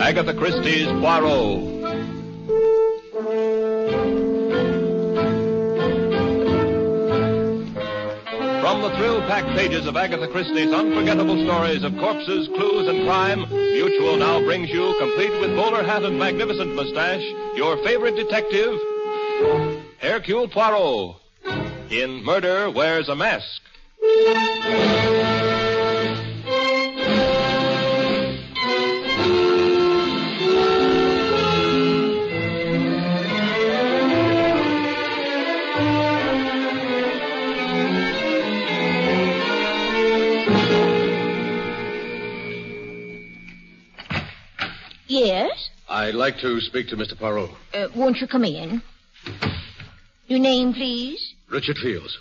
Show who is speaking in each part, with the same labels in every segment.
Speaker 1: Agatha Christie's Poirot. From the thrill-packed pages of Agatha Christie's unforgettable stories of corpses, clues, and crime, Mutual now brings you, complete with bowler hat and magnificent mustache, your favorite detective, Hercule Poirot, in Murder Wears a Mask.
Speaker 2: Yes?
Speaker 3: I'd like to speak to Mr. Poirot.
Speaker 2: Uh, won't you come in? Your name, please?
Speaker 3: Richard Fields.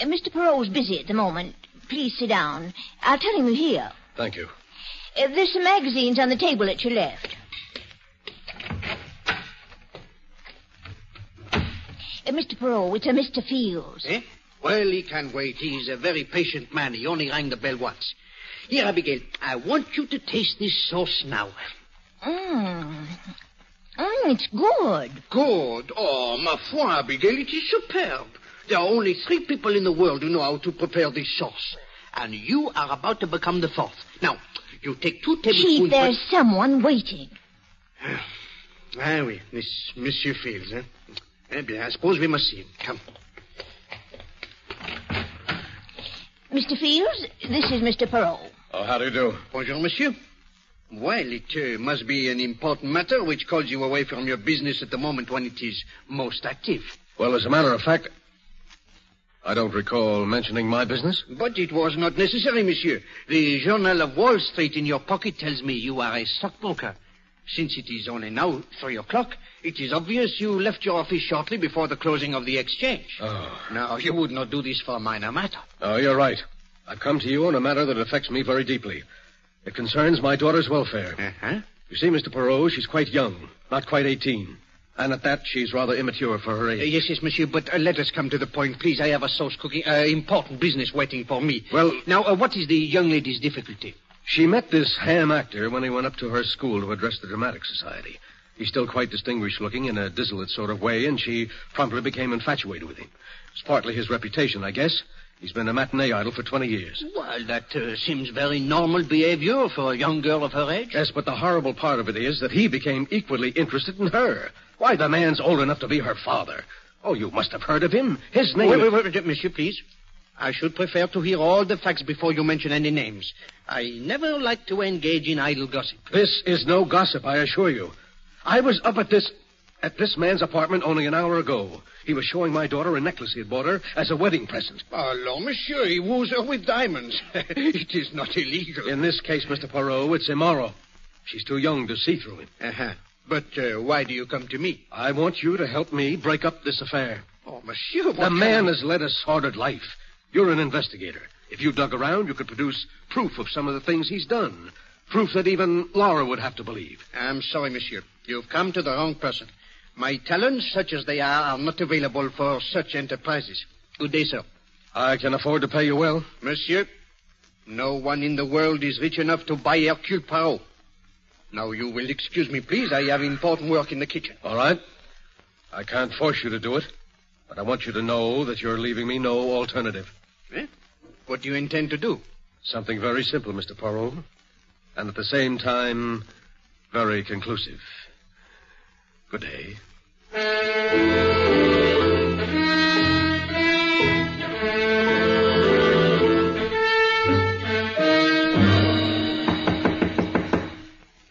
Speaker 2: Uh, Mr. Perot's busy at the moment. Please sit down. I'll tell him you're here.
Speaker 3: Thank you.
Speaker 2: Uh, there's some magazines on the table at your left. Uh, Mr. Perot, it's a Mr. Fields.
Speaker 4: Eh? Well, he can wait. He's a very patient man. He only rang the bell once. Here, Abigail, I want you to taste this sauce now.
Speaker 2: Mmm. Mmm, it's good.
Speaker 4: Good. Oh, ma foi, Abigail, it is superb. There are only three people in the world who know how to prepare this sauce. And you are about to become the fourth. Now, you take two
Speaker 2: Chief,
Speaker 4: tablespoons...
Speaker 2: there's someone waiting.
Speaker 4: Ah, oui, this Monsieur Fields, eh? Eh bien, I suppose we must see him. Come.
Speaker 2: Mr. Fields, this is Mr. Perot.
Speaker 3: Oh, how do you do?
Speaker 4: Bonjour, monsieur. Well, it uh, must be an important matter which calls you away from your business at the moment when it is most active.
Speaker 3: Well, as a matter of fact, I don't recall mentioning my business.
Speaker 4: But it was not necessary, monsieur. The Journal of Wall Street in your pocket tells me you are a stockbroker. Since it is only now three o'clock, it is obvious you left your office shortly before the closing of the exchange.
Speaker 3: Oh.
Speaker 4: Now, you would not do this for a minor matter.
Speaker 3: Oh, you're right. I've come to you on a matter that affects me very deeply. It concerns my daughter's welfare.
Speaker 4: Uh-huh.
Speaker 3: You see, Mr. Poirot, she's quite young, not quite 18. And at that, she's rather immature for her
Speaker 4: Uh,
Speaker 3: age.
Speaker 4: yes, yes, monsieur, but uh, let us come to the point, please. I have a sauce cooking, uh, important business waiting for me.
Speaker 3: Well-
Speaker 4: now, uh, what is the young lady's difficulty?
Speaker 3: She met this ham actor when he went up to her school to address the Dramatic Society. He's still quite distinguished looking in a dissolute sort of way, and she promptly became infatuated with him. It's partly his reputation, I guess. He's been a matinee idol for 20 years.
Speaker 4: Well, that uh, seems very normal behavior for a young girl of her age.
Speaker 3: Yes, but the horrible part of it is that he became equally interested in her. Why, the man's old enough to be her father. Oh, you must have heard of him. His name.
Speaker 4: Wait, wait, wait, wait, monsieur, please. I should prefer to hear all the facts before you mention any names. I never like to engage in idle gossip.
Speaker 3: This is no gossip, I assure you. I was up at this at this man's apartment only an hour ago. He was showing my daughter a necklace he had bought her as a wedding present.
Speaker 4: Hello, monsieur. He woos her with diamonds. it is not illegal.
Speaker 3: In this case, Mr. Poirot, it's immoral. She's too young to see through him.
Speaker 4: Uh-huh. But uh, why do you come to me?
Speaker 3: I want you to help me break up this affair.
Speaker 4: Oh, monsieur, what
Speaker 3: The man
Speaker 4: kind of-
Speaker 3: has led a sordid life. You're an investigator. If you dug around, you could produce proof of some of the things he's done. Proof that even Laura would have to believe.
Speaker 4: I'm sorry, monsieur. You've come to the wrong person. My talents, such as they are, are not available for such enterprises. Good day, sir.
Speaker 3: I can afford to pay you well.
Speaker 4: Monsieur, no one in the world is rich enough to buy Hercule Poirot. Now, you will excuse me, please. I have uh, important work in the kitchen.
Speaker 3: All right. I can't force you to do it, but I want you to know that you're leaving me no alternative.
Speaker 4: Eh? What do you intend to do?
Speaker 3: Something very simple, Mr. Poirot, and at the same time, very conclusive. Good day.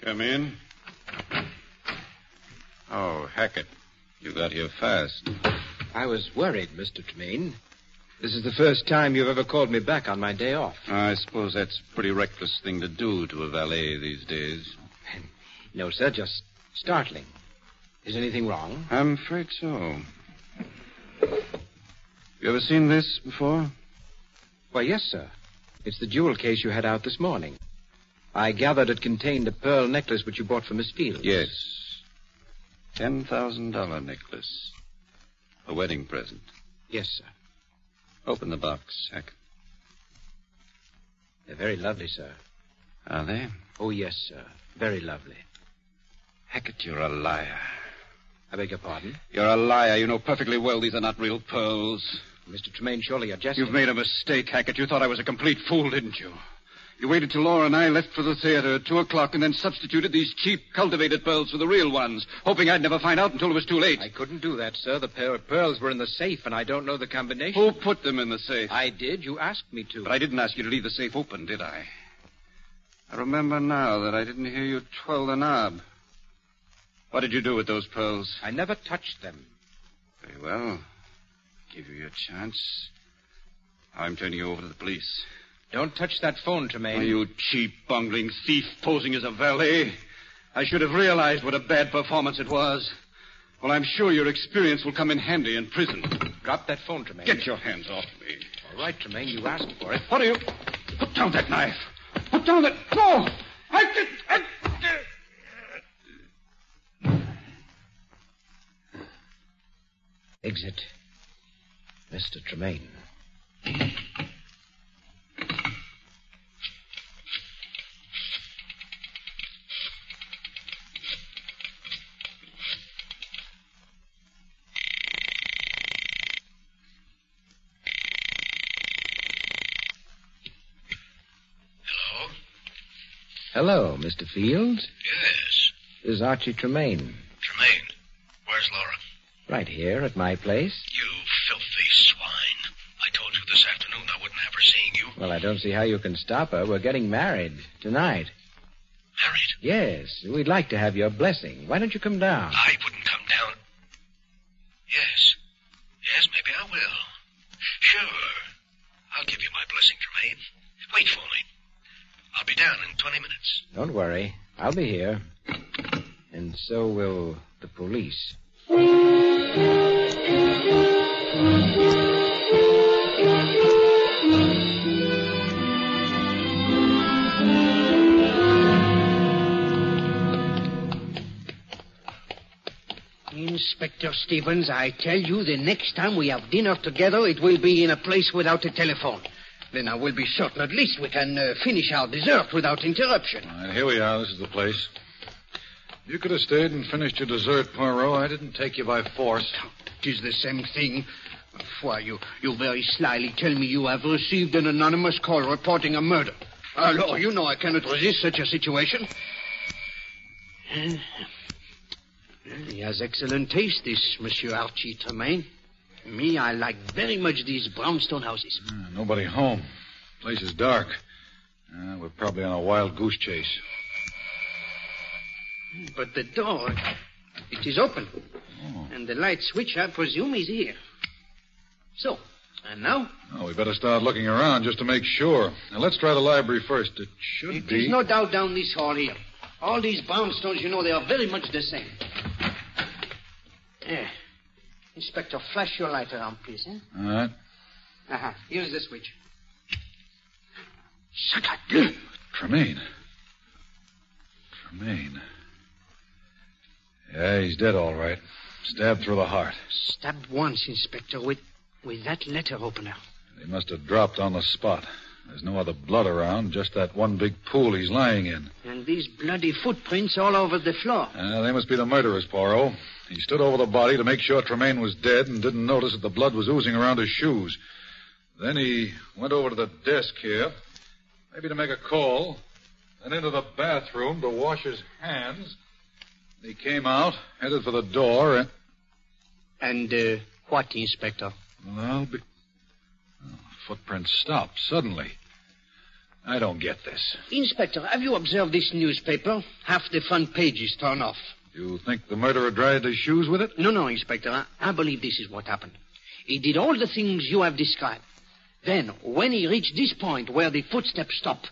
Speaker 1: Come in. Oh, Hackett, you got here fast.
Speaker 5: I was worried, Mr. Tremaine. This is the first time you've ever called me back on my day off.
Speaker 1: I suppose that's a pretty reckless thing to do to a valet these days.
Speaker 5: No, sir, just startling. Is anything wrong?
Speaker 1: I'm afraid so. You ever seen this before?
Speaker 5: Why, yes, sir. It's the jewel case you had out this morning. I gathered it contained a pearl necklace which you bought for Miss Fields.
Speaker 1: Yes. $10,000 necklace. A wedding present.
Speaker 5: Yes, sir.
Speaker 1: Open the box, Hackett.
Speaker 5: They're very lovely, sir.
Speaker 1: Are they?
Speaker 5: Oh, yes, sir. Very lovely.
Speaker 6: Hackett, you're a liar.
Speaker 5: I beg your pardon?
Speaker 6: You're a liar. You know perfectly well these are not real pearls.
Speaker 5: Mr. Tremaine, surely you're jesting.
Speaker 6: You've made a mistake, Hackett. You thought I was a complete fool, didn't you? You waited till Laura and I left for the theater at two o'clock and then substituted these cheap, cultivated pearls for the real ones, hoping I'd never find out until it was too late.
Speaker 5: I couldn't do that, sir. The pair of pearls were in the safe, and I don't know the combination.
Speaker 6: Who put them in the safe?
Speaker 5: I did. You asked me to.
Speaker 6: But I didn't ask you to leave the safe open, did I? I remember now that I didn't hear you twirl the knob. What did you do with those pearls?
Speaker 5: I never touched them.
Speaker 6: Very well. Give you your chance. I'm turning you over to the police.
Speaker 5: Don't touch that phone, Tremaine.
Speaker 6: Oh, you cheap, bungling thief posing as a valet. I should have realized what a bad performance it was. Well, I'm sure your experience will come in handy in prison.
Speaker 5: Drop that phone, Tremaine.
Speaker 6: Get your hands off me.
Speaker 5: All right, Tremaine, you asked for it.
Speaker 6: What are you? Put down that knife. Put down that. No! I did. I...
Speaker 5: Exit. Mr. Tremaine.
Speaker 7: Hello?
Speaker 5: Hello, Mr. Fields.
Speaker 7: Yes.
Speaker 5: This is Archie Tremaine.
Speaker 7: Tremaine, where's Laura?
Speaker 5: Right here at my place.
Speaker 7: You filthy swine. I told you this afternoon I wouldn't have her seeing you.
Speaker 5: Well, I don't see how you can stop her. We're getting married tonight.
Speaker 7: Married?
Speaker 5: Yes, we'd like to have your blessing. Why don't you come down?
Speaker 7: I wouldn't come down. Yes. Yes, maybe I will. Sure. I'll give you my blessing, Tremaine. Wait for me. I'll be down in 20 minutes.
Speaker 5: Don't worry. I'll be here. And so will the police.
Speaker 4: Inspector Stevens, I tell you, the next time we have dinner together, it will be in a place without a telephone. Then I will be certain at least we can uh, finish our dessert without interruption.
Speaker 8: All right, here we are. This is the place. You could have stayed and finished your dessert, Poirot. I didn't take you by force.
Speaker 4: It is the same thing. Why, you, you very slyly tell me you have received an anonymous call reporting a murder. Hello, you know I cannot resist such a situation. He has excellent taste, this Monsieur Archie Tremaine. Me, I like very much these brownstone houses.
Speaker 8: Uh, Nobody home. Place is dark. Uh, we're probably on a wild goose chase.
Speaker 4: But the door, it is open. And the light switch, I presume, is here. So, and now?
Speaker 8: Well, Oh, we better start looking around just to make sure. Now, let's try the library first. It should
Speaker 4: It
Speaker 8: be.
Speaker 4: is no doubt down this hall here. All these brownstones, you know, they are very much the same. Eh. Inspector, flash your light around, please. Eh?
Speaker 8: All right.
Speaker 4: Uh-huh. Here's the switch.
Speaker 8: Tremaine. Tremaine. Yeah, he's dead, all right. Stabbed through the heart.
Speaker 4: Stabbed once, Inspector, with, with that letter opener.
Speaker 8: He must have dropped on the spot. There's no other blood around, just that one big pool he's lying in.
Speaker 4: And these bloody footprints all over the floor.
Speaker 8: Uh, they must be the murderers, Poirot. He stood over the body to make sure Tremaine was dead and didn't notice that the blood was oozing around his shoes. Then he went over to the desk here, maybe to make a call, then into the bathroom to wash his hands. He came out, headed for the door, and.
Speaker 4: And uh, what, Inspector?
Speaker 8: Well, I'll be. Oh, footprints stopped suddenly. I don't get this.
Speaker 4: Inspector, have you observed this newspaper? Half the front page is torn off.
Speaker 8: You think the murderer dried his shoes with it?
Speaker 4: No, no, Inspector. I, I believe this is what happened. He did all the things you have described. Then, when he reached this point where the footsteps stopped,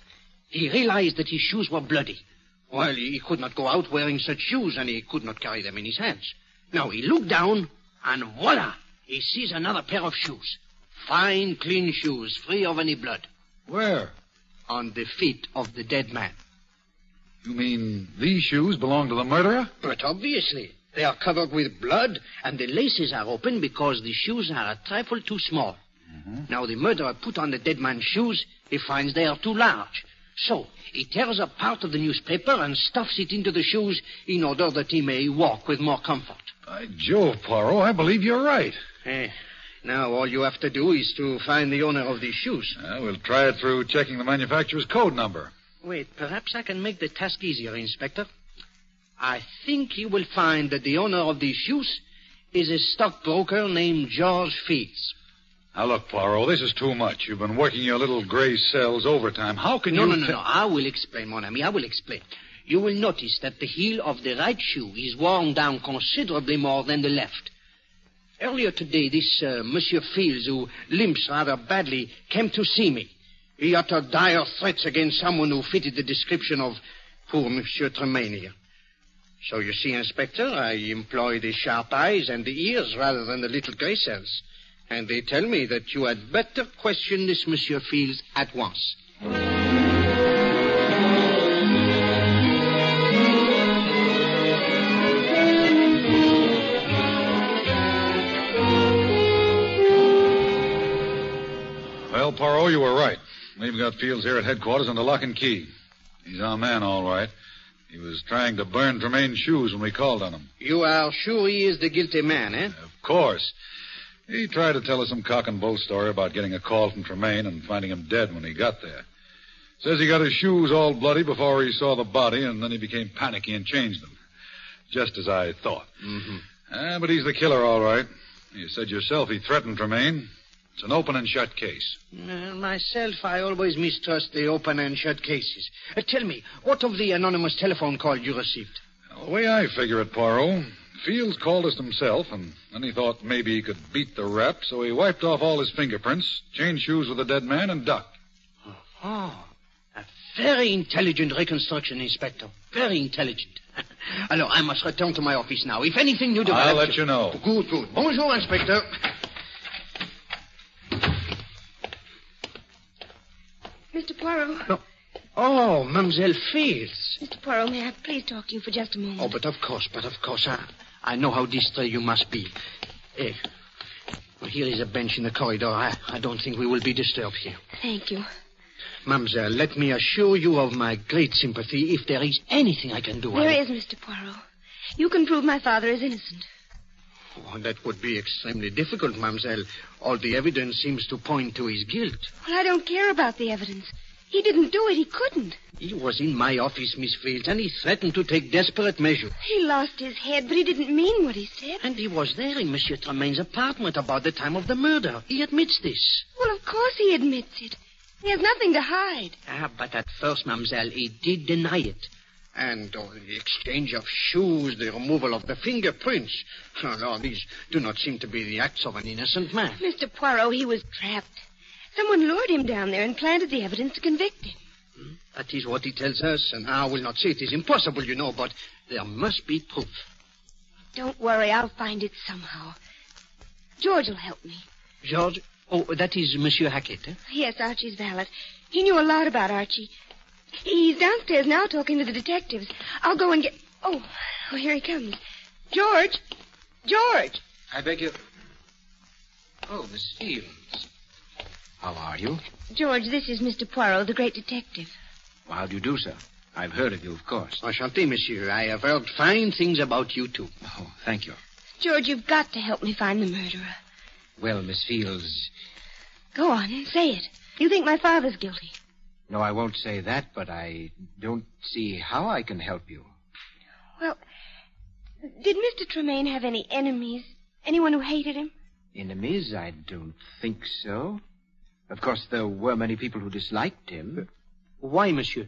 Speaker 4: he realized that his shoes were bloody. Well, he could not go out wearing such shoes, and he could not carry them in his hands. Now, he looked down, and voila! He sees another pair of shoes. Fine, clean shoes, free of any blood,
Speaker 8: Where?
Speaker 4: on the feet of the dead man.
Speaker 8: You mean these shoes belong to the murderer?
Speaker 4: But obviously, they are covered with blood, and the laces are open because the shoes are a trifle too small. Now, the murderer put on the dead man's shoes. He finds they are too large. So, he tears up part of the newspaper and stuffs it into the shoes in order that he may walk with more comfort.
Speaker 8: By Jove, Poirot, I believe you're right.
Speaker 4: Eh, now all you have to do is to find the owner of these shoes.
Speaker 8: Uh, we'll try it through checking the manufacturer's code number.
Speaker 4: Wait, perhaps I can make the task easier, Inspector. I think you will find that the owner of these shoes is a stockbroker named George Fields.
Speaker 8: Now, look, Poirot, this is too much. You've been working your little gray cells overtime. How can
Speaker 4: No,
Speaker 8: you...
Speaker 4: no, no,
Speaker 8: thi-
Speaker 4: no. I will explain, mon ami. I will explain. You will notice that the heel of the right shoe is worn down considerably more than the left. Earlier today, this uh, Monsieur Fields, who limps rather badly, came to see me. He uttered dire threats against someone who fitted the description of poor Monsieur Tremaine here. So you see, Inspector, I employ the sharp eyes and the ears rather than the little gray cells. And they tell me that you had better question this Monsieur Fields at once.
Speaker 8: Well, Poirot, you were right. We've got Fields here at headquarters under lock and key. He's our man, all right. He was trying to burn Tremaine's shoes when we called on him.
Speaker 4: You are sure he is the guilty man, eh?
Speaker 8: Of course. He tried to tell us some cock and bull story about getting a call from Tremaine and finding him dead when he got there. Says he got his shoes all bloody before he saw the body, and then he became panicky and changed them. Just as I thought.
Speaker 4: Mhm.
Speaker 8: Ah, but he's the killer, all right. You said yourself he threatened Tremaine. It's an open and shut case.
Speaker 4: Uh, myself, I always mistrust the open and shut cases. Uh, tell me, what of the anonymous telephone call you received?
Speaker 8: Well, the way I figure it, Poirot, Fields called us himself, and then he thought maybe he could beat the rap, so he wiped off all his fingerprints, changed shoes with the dead man, and ducked.
Speaker 4: Oh, a very intelligent reconstruction, Inspector. Very intelligent. Alors, I must return to my office now. If anything new develops...
Speaker 8: I'll let you know.
Speaker 4: Good, good. Ah, Bonjour, Inspector.
Speaker 9: Mr. Poirot.
Speaker 4: Oh, Mademoiselle Fields.
Speaker 9: Mr. Poirot, may I please talk to you for just a moment?
Speaker 4: Oh, but of course, but of course. I, I know how distraught you must be. Eh, well, here is a bench in the corridor. I, I don't think we will be disturbed here.
Speaker 9: Thank you.
Speaker 4: Mademoiselle, let me assure you of my great sympathy. If there is anything I can do, I...
Speaker 9: There is, Mr. Poirot. You can prove my father is innocent.
Speaker 4: Oh, that would be extremely difficult, mademoiselle. All the evidence seems to point to his guilt.
Speaker 9: Well, I don't care about the evidence. He didn't do it. He couldn't.
Speaker 4: He was in my office, Miss Fields, and he threatened to take desperate measures.
Speaker 9: He lost his head, but he didn't mean what he said.
Speaker 4: And he was there in Monsieur Tremaine's apartment about the time of the murder. He admits this.
Speaker 9: Well, of course he admits it. He has nothing to hide.
Speaker 4: Ah, but at first, mademoiselle, he did deny it. And oh, the exchange of shoes, the removal of the fingerprints. Oh, no, these do not seem to be the acts of an innocent man.
Speaker 9: Mr. Poirot, he was trapped. Someone lured him down there and planted the evidence to convict him.
Speaker 4: That is what he tells us, and I will not say it is impossible, you know, but there must be proof.
Speaker 9: Don't worry, I'll find it somehow. George will help me.
Speaker 4: George? Oh, that is Monsieur Hackett, eh?
Speaker 9: Yes, Archie's valet. He knew a lot about Archie. He's downstairs now talking to the detectives. I'll go and get. Oh, oh here he comes. George! George!
Speaker 5: I beg you.
Speaker 4: Oh, Miss Fields.
Speaker 5: How are you?
Speaker 9: George, this is Mr. Poirot, the great detective.
Speaker 5: How do you do, sir? I've heard of you, of course.
Speaker 4: Enchanté, monsieur. I have heard fine things about you, too.
Speaker 5: Oh, thank you.
Speaker 9: George, you've got to help me find the murderer.
Speaker 5: Well, Miss Fields,
Speaker 9: Go on, say it. You think my father's guilty.
Speaker 5: no, I won't say that, but I don't see how I can help you.
Speaker 9: Well, did Mr. Tremaine have any enemies? Anyone who hated him?
Speaker 5: Enemies? I don't think so. Of course, there were many people who disliked him.
Speaker 4: Uh, Why, monsieur?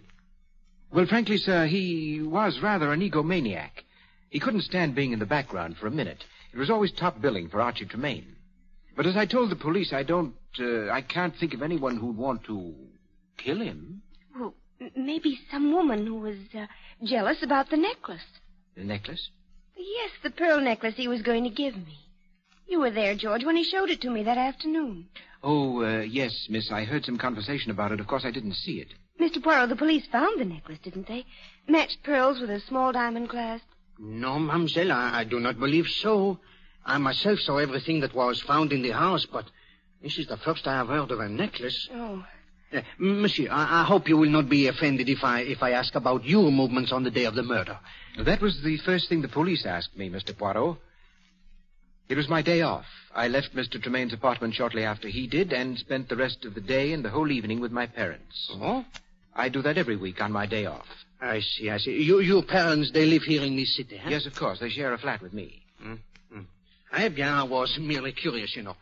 Speaker 5: Well, frankly, sir, he was rather an egomaniac. He couldn't stand being in the background for a minute. It was always top billing for Archie Tremaine. But as I told the police, I don't, uh, I can't think of anyone who'd want to kill him.
Speaker 9: Well, m- maybe some woman who was uh, jealous about the necklace.
Speaker 5: The necklace?
Speaker 9: Yes, the pearl necklace he was going to give me. You were there, George, when he showed it to me that afternoon.
Speaker 5: Oh, uh, yes, miss, I heard some conversation about it. Of course, I didn't see it.
Speaker 9: Mr. Poirot, the police found the necklace, didn't they? Matched pearls with a small diamond clasp.
Speaker 4: No, mademoiselle, I, I do not believe so. I myself saw everything that was found in the house, but this is the first I have heard of a necklace.
Speaker 9: Oh.
Speaker 4: Uh, monsieur, I, I hope you will not be offended if I if I ask about your movements on the day of the murder.
Speaker 5: That was the first thing the police asked me, Mr. Poirot. It was my day off. I left Mr. Tremaine's apartment shortly after he did and spent the rest of the day and the whole evening with my parents.
Speaker 4: Oh,
Speaker 5: I do that every week on my day off.
Speaker 4: I see, I see. You, your parents, they live here in this city, huh?
Speaker 5: Yes, of course. They share a flat with me.
Speaker 4: Eh bien, Mm, I was merely curious, you know.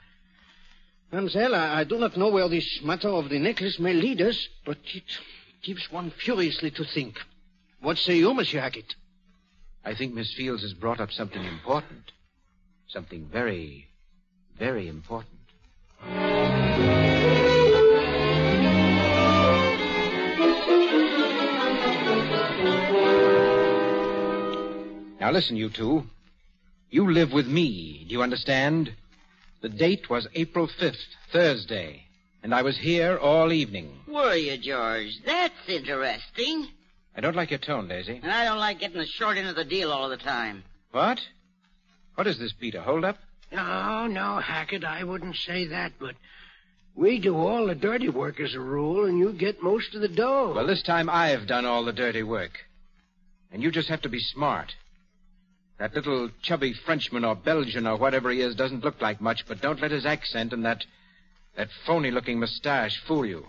Speaker 4: Mademoiselle, I, I do not know where this matter of the necklace may lead us, but it gives one furiously to think. What say you, Monsieur Hackett?
Speaker 5: I think Miss Fields has brought up something important. Something very, very important. Now listen, you two. You live with me, do you understand? The date was April 5th, Thursday, and I was here all evening.
Speaker 10: Were you, George? That's interesting.
Speaker 5: I don't like your tone, Daisy.
Speaker 10: And I don't like getting the short end of the deal all the time.
Speaker 5: What? What is this, Peter? Hold up?
Speaker 11: No, Oh, no, Hackett, I wouldn't say that, but we do all the dirty work as a rule, and you get most of the dough.
Speaker 5: Well, this time I've done all the dirty work. And you just have to be smart. That little chubby Frenchman or Belgian or whatever he is doesn't look like much, but don't let his accent and that that phony looking mustache fool you.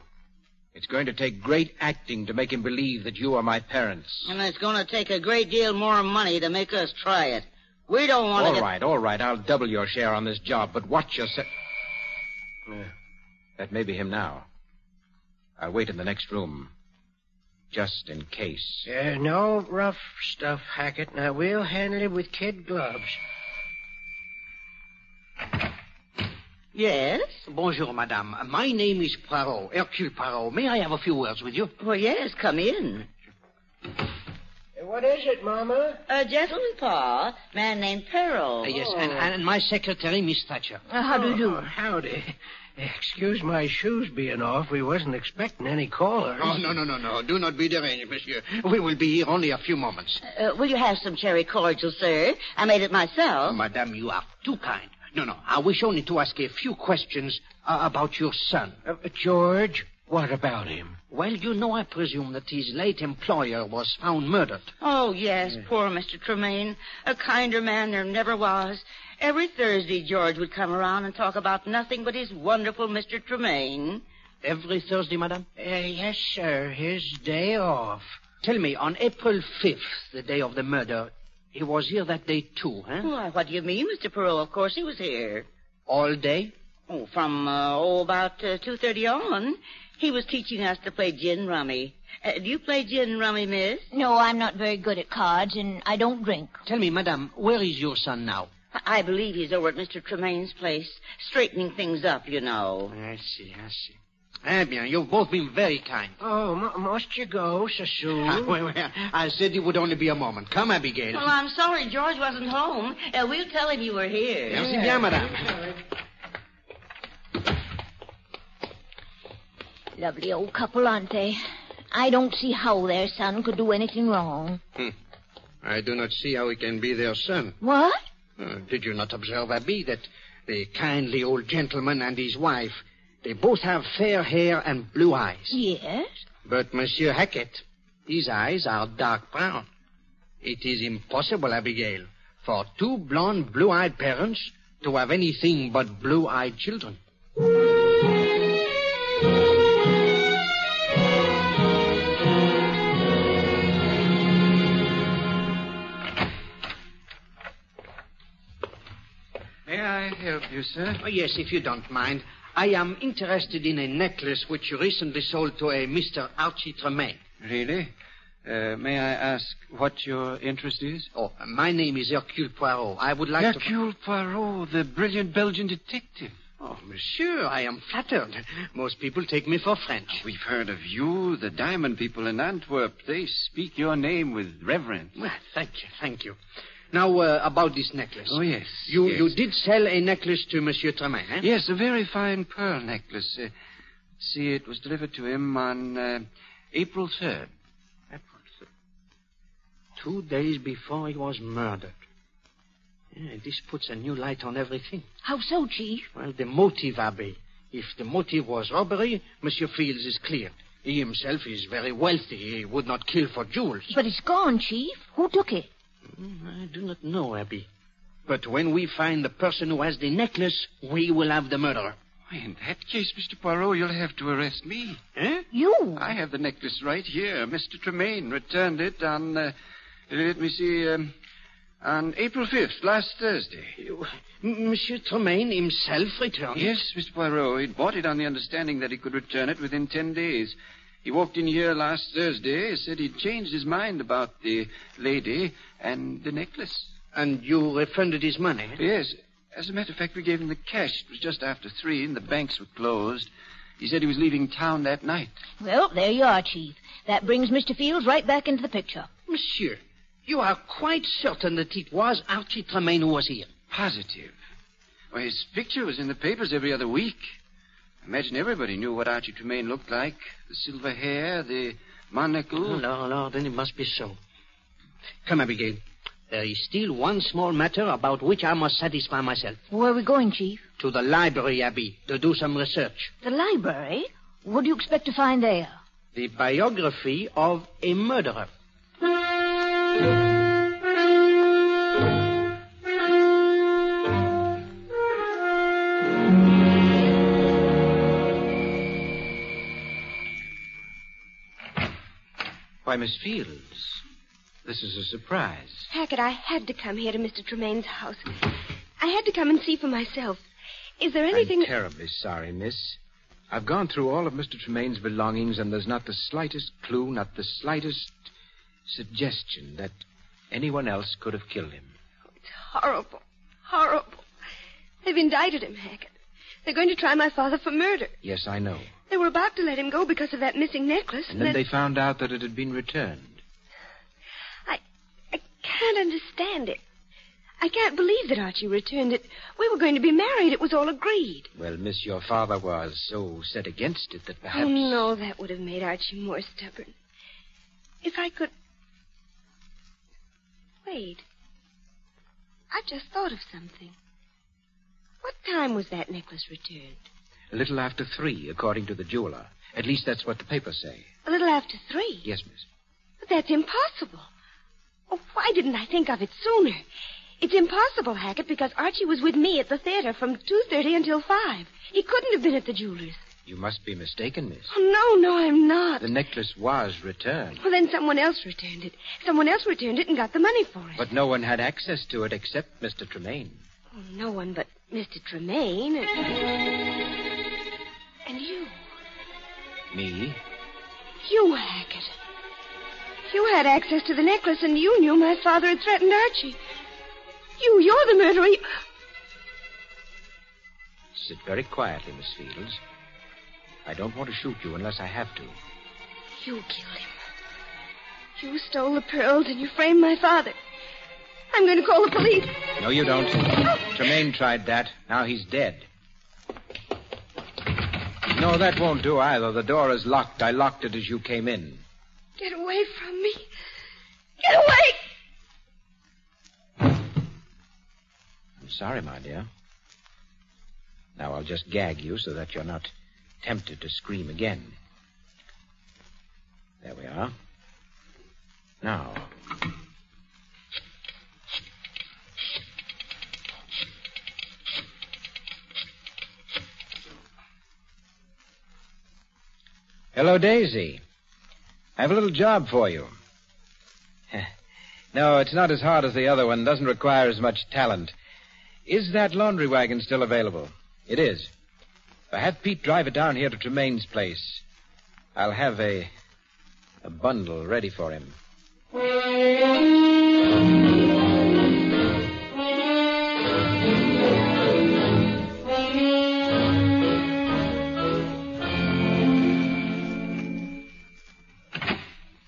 Speaker 5: It's going to take great acting to make him believe that you are my parents.
Speaker 10: And it's going to take a great deal more money to make us try it. We don't want to.
Speaker 5: All
Speaker 10: get...
Speaker 4: oh.
Speaker 5: right, all right. I'll double your share on this job, but watch yourself. Uh, that may be him now. I'll wait in the next room. Just in case.
Speaker 11: Uh, no rough stuff, Hackett. Now, we'll handle it with kid gloves.
Speaker 10: Yes?
Speaker 4: Bonjour, madame. My name is Poirot, Hercule Poirot. May I have a few words with you?
Speaker 10: Well, yes, come in.
Speaker 11: What is it, Mama?
Speaker 10: A gentleman, Pa, man named Perrault.
Speaker 11: Oh.
Speaker 4: Uh, yes, and, and my secretary, Miss Thatcher.
Speaker 11: Uh, how do you do? howdy. Excuse my shoes being off. We wasn't expecting any callers.
Speaker 4: Oh, no, no, no, no. Do not be deranged, monsieur. We will be here only a few moments.
Speaker 10: Uh, will you have some cherry cordial, sir? I made it myself.
Speaker 4: Oh, Madame, you are too kind. No, no. I wish only to ask a few questions uh, about your son.
Speaker 11: Uh, George, what about him?
Speaker 4: Well, you know, I presume that his late employer was found murdered.
Speaker 10: Oh, yes, poor Mr. Tremaine. A kinder man there never was. Every Thursday, George would come around and talk about nothing but his wonderful Mr. Tremaine.
Speaker 4: Every Thursday, madame?
Speaker 11: Uh, yes, sir. His day off.
Speaker 4: Tell me, on April 5th, the day of the murder, he was here that day too,
Speaker 11: Hmm.
Speaker 4: huh?
Speaker 10: Why, what do you mean, Mr. Perot? Of course he was here.
Speaker 4: All day?
Speaker 10: Oh, from, uh, oh, about uh, 2.30 on. He was teaching us to play gin rummy. Uh, do you play gin rummy, miss?
Speaker 2: No, I'm not very good at cards, and I don't drink.
Speaker 4: Tell me, madame, where is your son now?
Speaker 10: I I believe he's over at Mr. Tremaine's place, straightening things up, you know.
Speaker 4: I see, I see. Eh bien, you've both been very kind.
Speaker 11: Oh, m- must you go so soon?
Speaker 4: Ah, Well, well, I said it would only be a moment. Come, Abigail.
Speaker 10: Well, I'm sorry George wasn't home. Uh, we'll tell him you were here.
Speaker 4: Merci bien, madame.
Speaker 2: Lovely old couple, aren't they? I don't see how their son could do anything wrong.
Speaker 4: Hmm. I do not see how he can be their son.
Speaker 2: What?
Speaker 4: Uh, did you not observe, Abby, that the kindly old gentleman and his wife, they both have fair hair and blue eyes.
Speaker 2: Yes?
Speaker 4: But Monsieur Hackett, his eyes are dark brown. It is impossible, Abigail, for two blonde, blue-eyed parents to have anything but blue-eyed children.
Speaker 5: May I help you, sir?
Speaker 4: Oh, yes, if you don't mind. I am interested in a necklace which you recently sold to a Mr. Archie Tremaine.
Speaker 5: Really? Uh, may I ask what your interest is?
Speaker 4: Oh, my name is Hercule Poirot. I would like to...
Speaker 5: Hercule Poirot, the brilliant Belgian detective.
Speaker 4: Oh, monsieur, I am flattered. Most people take me for French.
Speaker 5: We've heard of you, the diamond people in Antwerp. They speak your name with reverence.
Speaker 4: Well, thank you, thank you. Now, uh, about this necklace.
Speaker 5: Oh, yes.
Speaker 4: You,
Speaker 5: yes.
Speaker 4: you did sell a necklace to Monsieur Tremaine, eh?
Speaker 5: Yes, a very fine pearl necklace. Uh, see, it was delivered to him on uh, April 3rd.
Speaker 4: Two days before he was murdered. Yeah, this puts a new light on everything.
Speaker 2: How so, Chief?
Speaker 4: Well, the motive, Abbe. If the motive was robbery, Monsieur Fields is clear. He himself is very wealthy. He would not kill for jewels.
Speaker 2: But it's gone, Chief. Who took it?
Speaker 4: Mm, I do not know, Abby. But when we find the person who has the necklace, we will have the murderer.
Speaker 12: In that case, Mr. Poirot, you'll have to arrest me.
Speaker 5: Eh?
Speaker 4: Huh?
Speaker 2: You?
Speaker 12: I have the necklace right here. Mr. Tremaine returned it on, uh, let me see, um, on April 5th, last Thursday.
Speaker 4: Monsieur Tremaine himself returned it?
Speaker 12: Yes, Mr. Poirot. He bought it on the understanding that he could return it within ten days. He walked in here last Thursday, said he'd changed his mind about the lady and the necklace.
Speaker 4: And you refunded his money?
Speaker 12: Yes. As a matter of fact, we gave him the cash. It was just after three, and the banks were closed. He said he was leaving town that night.
Speaker 2: Well, there you are, Chief. That brings Mr. Fields right back into the picture.
Speaker 4: Monsieur, you are quite certain that it was Archie Tremaine who was here.
Speaker 12: Positive. Well, his picture was in the papers every other week. Imagine everybody knew what Archie Tremaine looked like the silver hair, the monocle.
Speaker 4: No, no, then it must be so. Come, Abigail. There is still one small matter about which I must satisfy myself.
Speaker 2: Where are we going, Chief?
Speaker 4: To the library, Abby, to do some research.
Speaker 2: The library? What do you expect to find there?
Speaker 4: The biography of a murderer.
Speaker 5: Why, Miss Fields, this is a surprise.
Speaker 9: Hackett, I had to come here to Mr. Tremaine's house. I had to come and see for myself. Is there anything.
Speaker 5: I'm terribly sorry, miss. I've gone through all of Mr. Tremaine's belongings, and there's not the slightest clue, not the slightest suggestion that anyone else could have killed him.
Speaker 9: Horrible. Horrible. They've indicted him, Hackett. They're going to try my father for murder.
Speaker 5: Yes, I know.
Speaker 9: They were about to let him go because of that missing necklace.
Speaker 5: And then
Speaker 9: that-
Speaker 5: they found out that it had been returned.
Speaker 9: can't understand it. I can't believe that Archie returned it. We were going to be married. It was all agreed.
Speaker 5: Well, miss, your father was so set against it that perhaps.
Speaker 9: Oh, no, that would have made Archie more stubborn. If I could. Wait. I've just thought of something. What time was that necklace returned? Oh.
Speaker 5: A little after three, according to the jeweler. At least that's what the papers say.
Speaker 9: A little after three.
Speaker 5: Yes, miss.
Speaker 9: But that's impossible. Oh, why didn't I think of it sooner? It's impossible, Hackett, because Archie was with me at the theater from 2.30 until 5. He couldn't have been at the jeweler's.
Speaker 5: You must be mistaken, miss.
Speaker 9: Oh, no, no, I'm not.
Speaker 5: The necklace was returned,
Speaker 9: Well, then someone else returned it. Someone else returned it and got the money for it.
Speaker 5: but no one had access to it except Mr. Tremaine.
Speaker 9: Oh, no one but Mr. Tremaine and... And you.
Speaker 5: Me?
Speaker 9: You, Hackett. You had access to the necklace and you knew my father had threatened Archie. You, you're the murderer. You-
Speaker 5: Sit very quietly, Miss Fields. I don't want to shoot you unless I have to.
Speaker 9: You killed him. You stole the pearls and you framed my father. I'm going to call the police.
Speaker 5: No, you don't. Tremaine tried that. Now he's dead. No, that won't do either. The door is locked. I locked it as you came in.
Speaker 9: Get away from me. Get away.
Speaker 5: I'm sorry, my dear. Now I'll just gag you so that you're not tempted to scream again. There we are. Now. Hello, Daisy. I have a little job for you. no, it's not as hard as the other one. Doesn't require as much talent. Is that laundry wagon still available? It is. I have Pete drive it down here to Tremaine's place. I'll have a a bundle ready for him.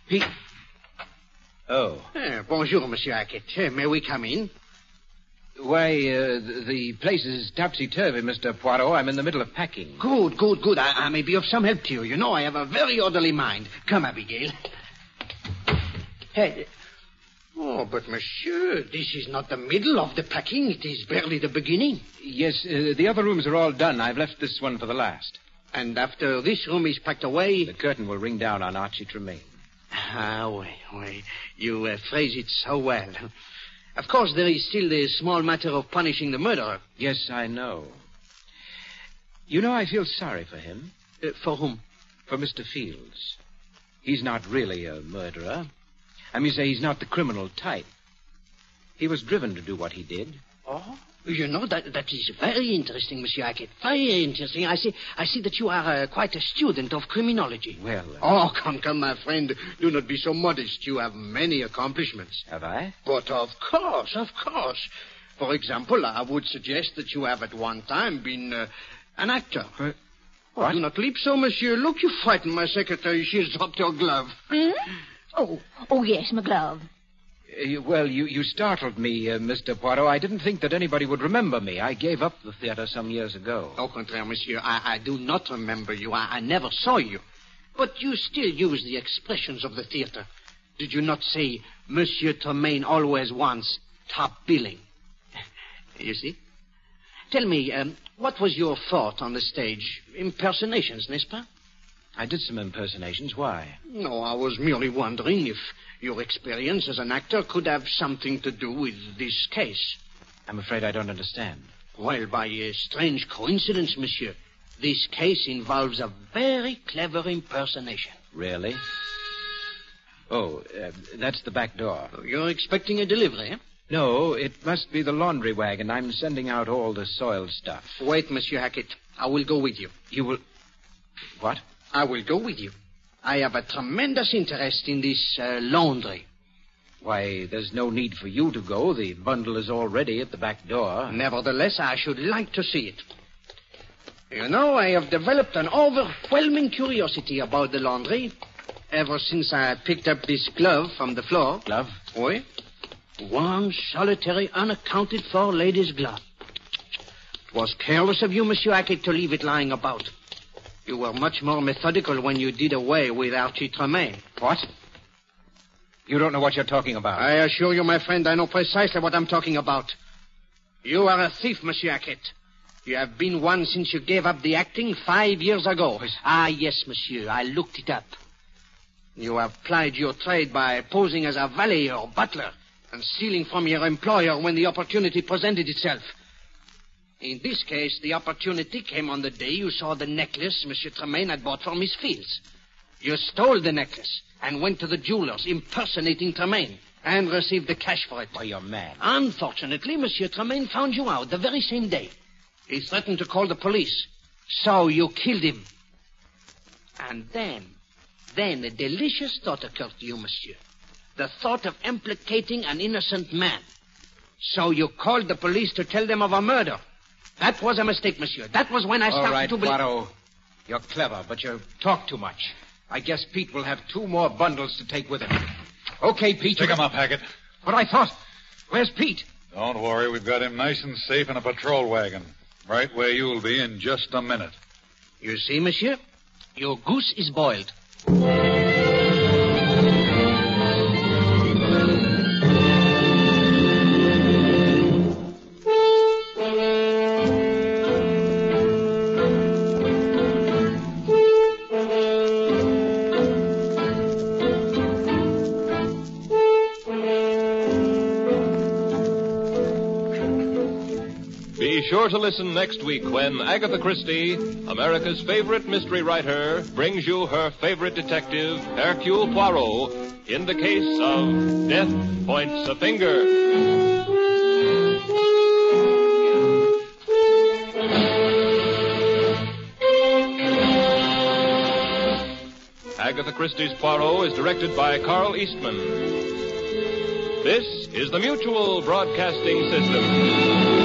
Speaker 5: Pete. Oh.
Speaker 4: Eh, bonjour, Monsieur Hackett. Eh, may we come in?
Speaker 5: Why, uh, the, the place is topsy turvy, Mr. Poirot. I'm in the middle of packing.
Speaker 4: Good, good, good. I, I may be of some help to you. You know, I have a very orderly mind. Come, Abigail. Hey, Oh, but monsieur, this is not the middle of the packing. It is barely the beginning.
Speaker 5: Yes, uh, the other rooms are all done. I've left this one for the last.
Speaker 4: And after this room is packed away.
Speaker 5: The curtain will ring down on Archie Tremaine.
Speaker 4: Ah, oui, oui. You uh, phrase it so well. Of course, there is still the small matter of punishing the murderer.
Speaker 5: Yes, I know. You know, I feel sorry for him.
Speaker 4: Uh, for whom?
Speaker 5: For Mr. Fields. He's not really a murderer. I mean, say he's not the criminal type. He was driven to do what he did.
Speaker 4: Oh? You know, that, that is very interesting, Monsieur Hackett. Very interesting. I see, I see that you are uh, quite a student of criminology.
Speaker 5: Well, uh,
Speaker 4: Oh, come, come, my friend. Do not be so modest. You have many accomplishments.
Speaker 5: have I?
Speaker 4: But of course, of course. For example, I would suggest that you have at one time been uh, an actor.
Speaker 5: what?
Speaker 4: Do not leap so, monsieur. Look, you frighten my secretary. She has dropped her glove.
Speaker 2: Hmm? Oh, oh yes, my glove.
Speaker 5: Uh, well, you, you startled me, uh, Mr. Poirot. I didn't think that anybody would remember me. I gave up the theater some years ago.
Speaker 4: Au contraire, monsieur, I, I do not remember you. I, I never saw you. But you still use the expressions of the theater. Did you not say, Monsieur Tremaine always wants top billing? you see? Tell me, um, what was your thought on the stage? Impersonations, n'est-ce pas?
Speaker 5: I did some impersonations. Why?
Speaker 4: No, I was merely wondering if your experience as an actor could have something to do with this case.
Speaker 5: I'm afraid I don't understand.
Speaker 4: Well, by a strange coincidence, monsieur, this case involves a very clever impersonation.
Speaker 5: Really? Oh, uh, that's the back door.
Speaker 4: Oh, You're expecting a delivery, eh?
Speaker 5: No, it must be the laundry wagon. I'm sending out all the soiled stuff.
Speaker 4: Wait, Monsieur Hackett. I will go with you.
Speaker 5: You will. What?
Speaker 4: I will go with you. I have a tremendous interest in this uh, laundry.
Speaker 5: Why, there's no need for you to go. The bundle is already at the back door.
Speaker 4: Nevertheless, I should like to see it. You know, I have developed an overwhelming curiosity about the laundry ever since I picked up this glove from the floor.
Speaker 5: Glove?
Speaker 4: Oui. One solitary, unaccounted for lady's glove. It was careless of you, Monsieur Hackett, to leave it lying about. You were much more methodical when you did away with Archie Tremaine.
Speaker 5: What? You don't know what you're talking about.
Speaker 4: I assure you, my friend, I know precisely what I'm talking about. You are a thief, Monsieur Hackett. You have been one since you gave up the acting five years ago. Ah, yes, monsieur. I looked it up. You have plied your trade by posing as a valet or butler and stealing from your employer when the opportunity presented itself. In this case, the opportunity came on the day you saw the necklace Monsieur Tremaine had bought for Miss Fields. You stole the necklace and went to the jeweler's impersonating Tremaine and received the cash for it.
Speaker 5: Why, you're mad.
Speaker 4: Unfortunately, Monsieur Tremaine found you out the very same day. He threatened to call the police. So you killed him. And then, then a delicious thought occurred to you, Monsieur. The thought of implicating an innocent man. So you called the police to tell them of a murder. That was a mistake, Monsieur. That was when I started
Speaker 5: All right,
Speaker 4: to believe.
Speaker 5: Poirot. You're clever, but you talk too much. I guess Pete will have two more bundles to take with him. Okay, Pete.
Speaker 8: Pick him up, Hackett.
Speaker 5: But I thought. Where's Pete?
Speaker 8: Don't worry, we've got him nice and safe in a patrol wagon. Right where you'll be in just a minute.
Speaker 4: You see, Monsieur, your goose is boiled.
Speaker 1: Be sure to listen next week when Agatha Christie, America's favorite mystery writer, brings you her favorite detective, Hercule Poirot, in the case of Death Points a Finger. Agatha Christie's Poirot is directed by Carl Eastman. This is the Mutual Broadcasting System.